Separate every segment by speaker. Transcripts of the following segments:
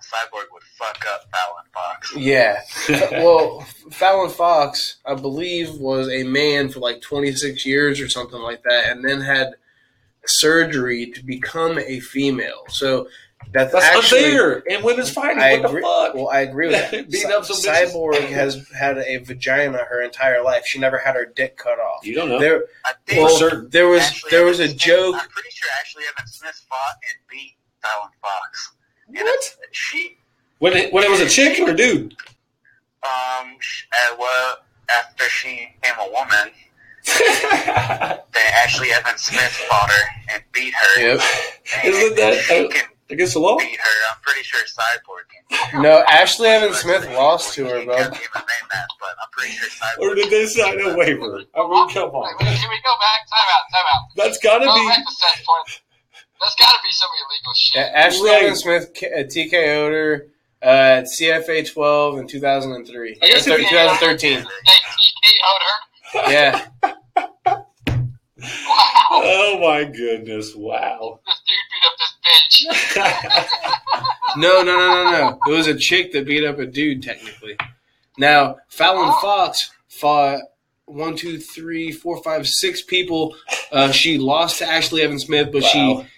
Speaker 1: Cyborg would fuck up Fallon Fox.
Speaker 2: Yeah. well, Fallon Fox, I believe, was a man for like 26 years or something like that, and then had surgery to become a female. So that's,
Speaker 3: That's
Speaker 2: actually.
Speaker 3: unfair in women's fighting.
Speaker 2: I
Speaker 3: what
Speaker 2: agree.
Speaker 3: the fuck?
Speaker 2: Well, I agree with that.
Speaker 3: Beating
Speaker 2: Cy-
Speaker 3: up some bitches.
Speaker 2: Cyborg has had a vagina her entire life. She never had her dick cut off.
Speaker 3: you don't know.
Speaker 2: There,
Speaker 1: I think
Speaker 2: well,
Speaker 3: certain.
Speaker 2: there was
Speaker 1: Ashley
Speaker 2: there was a
Speaker 1: Evans Smith-
Speaker 2: joke.
Speaker 1: I'm pretty sure Ashley Evans Smith fought and beat Fallon Fox. And
Speaker 3: What?
Speaker 1: She
Speaker 3: When it, when it was a chick or a dude?
Speaker 1: um sh- uh, well after she became a woman, then Ashley Evans Smith fought her and beat her.
Speaker 2: Yep.
Speaker 1: And
Speaker 3: Isn't that-
Speaker 1: she can
Speaker 3: Against the law?
Speaker 1: beat her? I'm pretty sure Cyborg can.
Speaker 2: No, Ashley Evan Smith
Speaker 1: Cyborg
Speaker 2: lost to her,
Speaker 1: can't
Speaker 2: bro.
Speaker 1: give her name that, but I'm pretty sure Cyborg.
Speaker 3: Or did they sign a waiver? I mean, come
Speaker 4: Wait,
Speaker 3: on.
Speaker 4: wait, Can we go back? Time out. Time out.
Speaker 3: That's gotta
Speaker 4: Go back
Speaker 3: be.
Speaker 4: to set point. That's got to be some illegal
Speaker 2: A-
Speaker 4: shit.
Speaker 2: Ashley
Speaker 3: Right.
Speaker 2: Evan Smith K- uh, TKO'd her uh, at CFA 12 in 2003.
Speaker 3: I guess
Speaker 2: Or
Speaker 3: if
Speaker 2: thir-
Speaker 3: you-
Speaker 2: 2013.
Speaker 4: They TKO'd her.
Speaker 2: Yeah.
Speaker 4: Wow.
Speaker 3: Oh my goodness! Wow.
Speaker 4: This dude beat up this bitch.
Speaker 2: No, no, no, no, no. It was a chick that beat up a dude, technically. Now, Fallon
Speaker 3: Oh.
Speaker 2: Fox fought one, two, three, four, five, six people. Uh, she lost to Ashley Evan Smith, but
Speaker 3: Wow.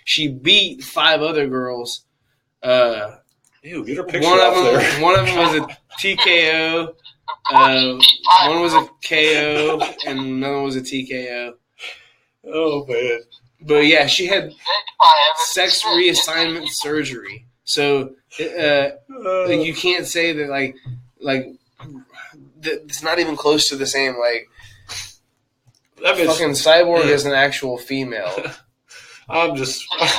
Speaker 2: she she beat five other girls. Uh,
Speaker 3: Ew, get her picture
Speaker 2: one of
Speaker 3: off
Speaker 2: them,
Speaker 3: there.
Speaker 2: one of them was a TKO. Uh, one was a KO and another was a TKO.
Speaker 3: Oh man.
Speaker 2: But yeah, she had
Speaker 4: Big by Evan
Speaker 2: sex
Speaker 4: Smith.
Speaker 2: reassignment surgery, so uh,
Speaker 3: Uh,
Speaker 2: you can't say that like like th- it's not even close to the same. Like
Speaker 3: that bitch-
Speaker 2: fucking cyborg is an actual female.
Speaker 3: I'm just.
Speaker 4: Oh,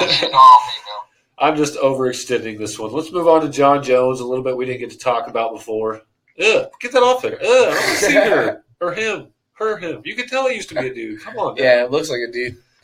Speaker 4: female.
Speaker 3: I'm just overextending this one. Let's move on to John Jones a little bit. We didn't get to talk about before. Ugh, get that off there. Ugh, I don't see her or him, her him. You can tell he used to be a dude. Come on, man.
Speaker 2: Yeah, it looks like a dude.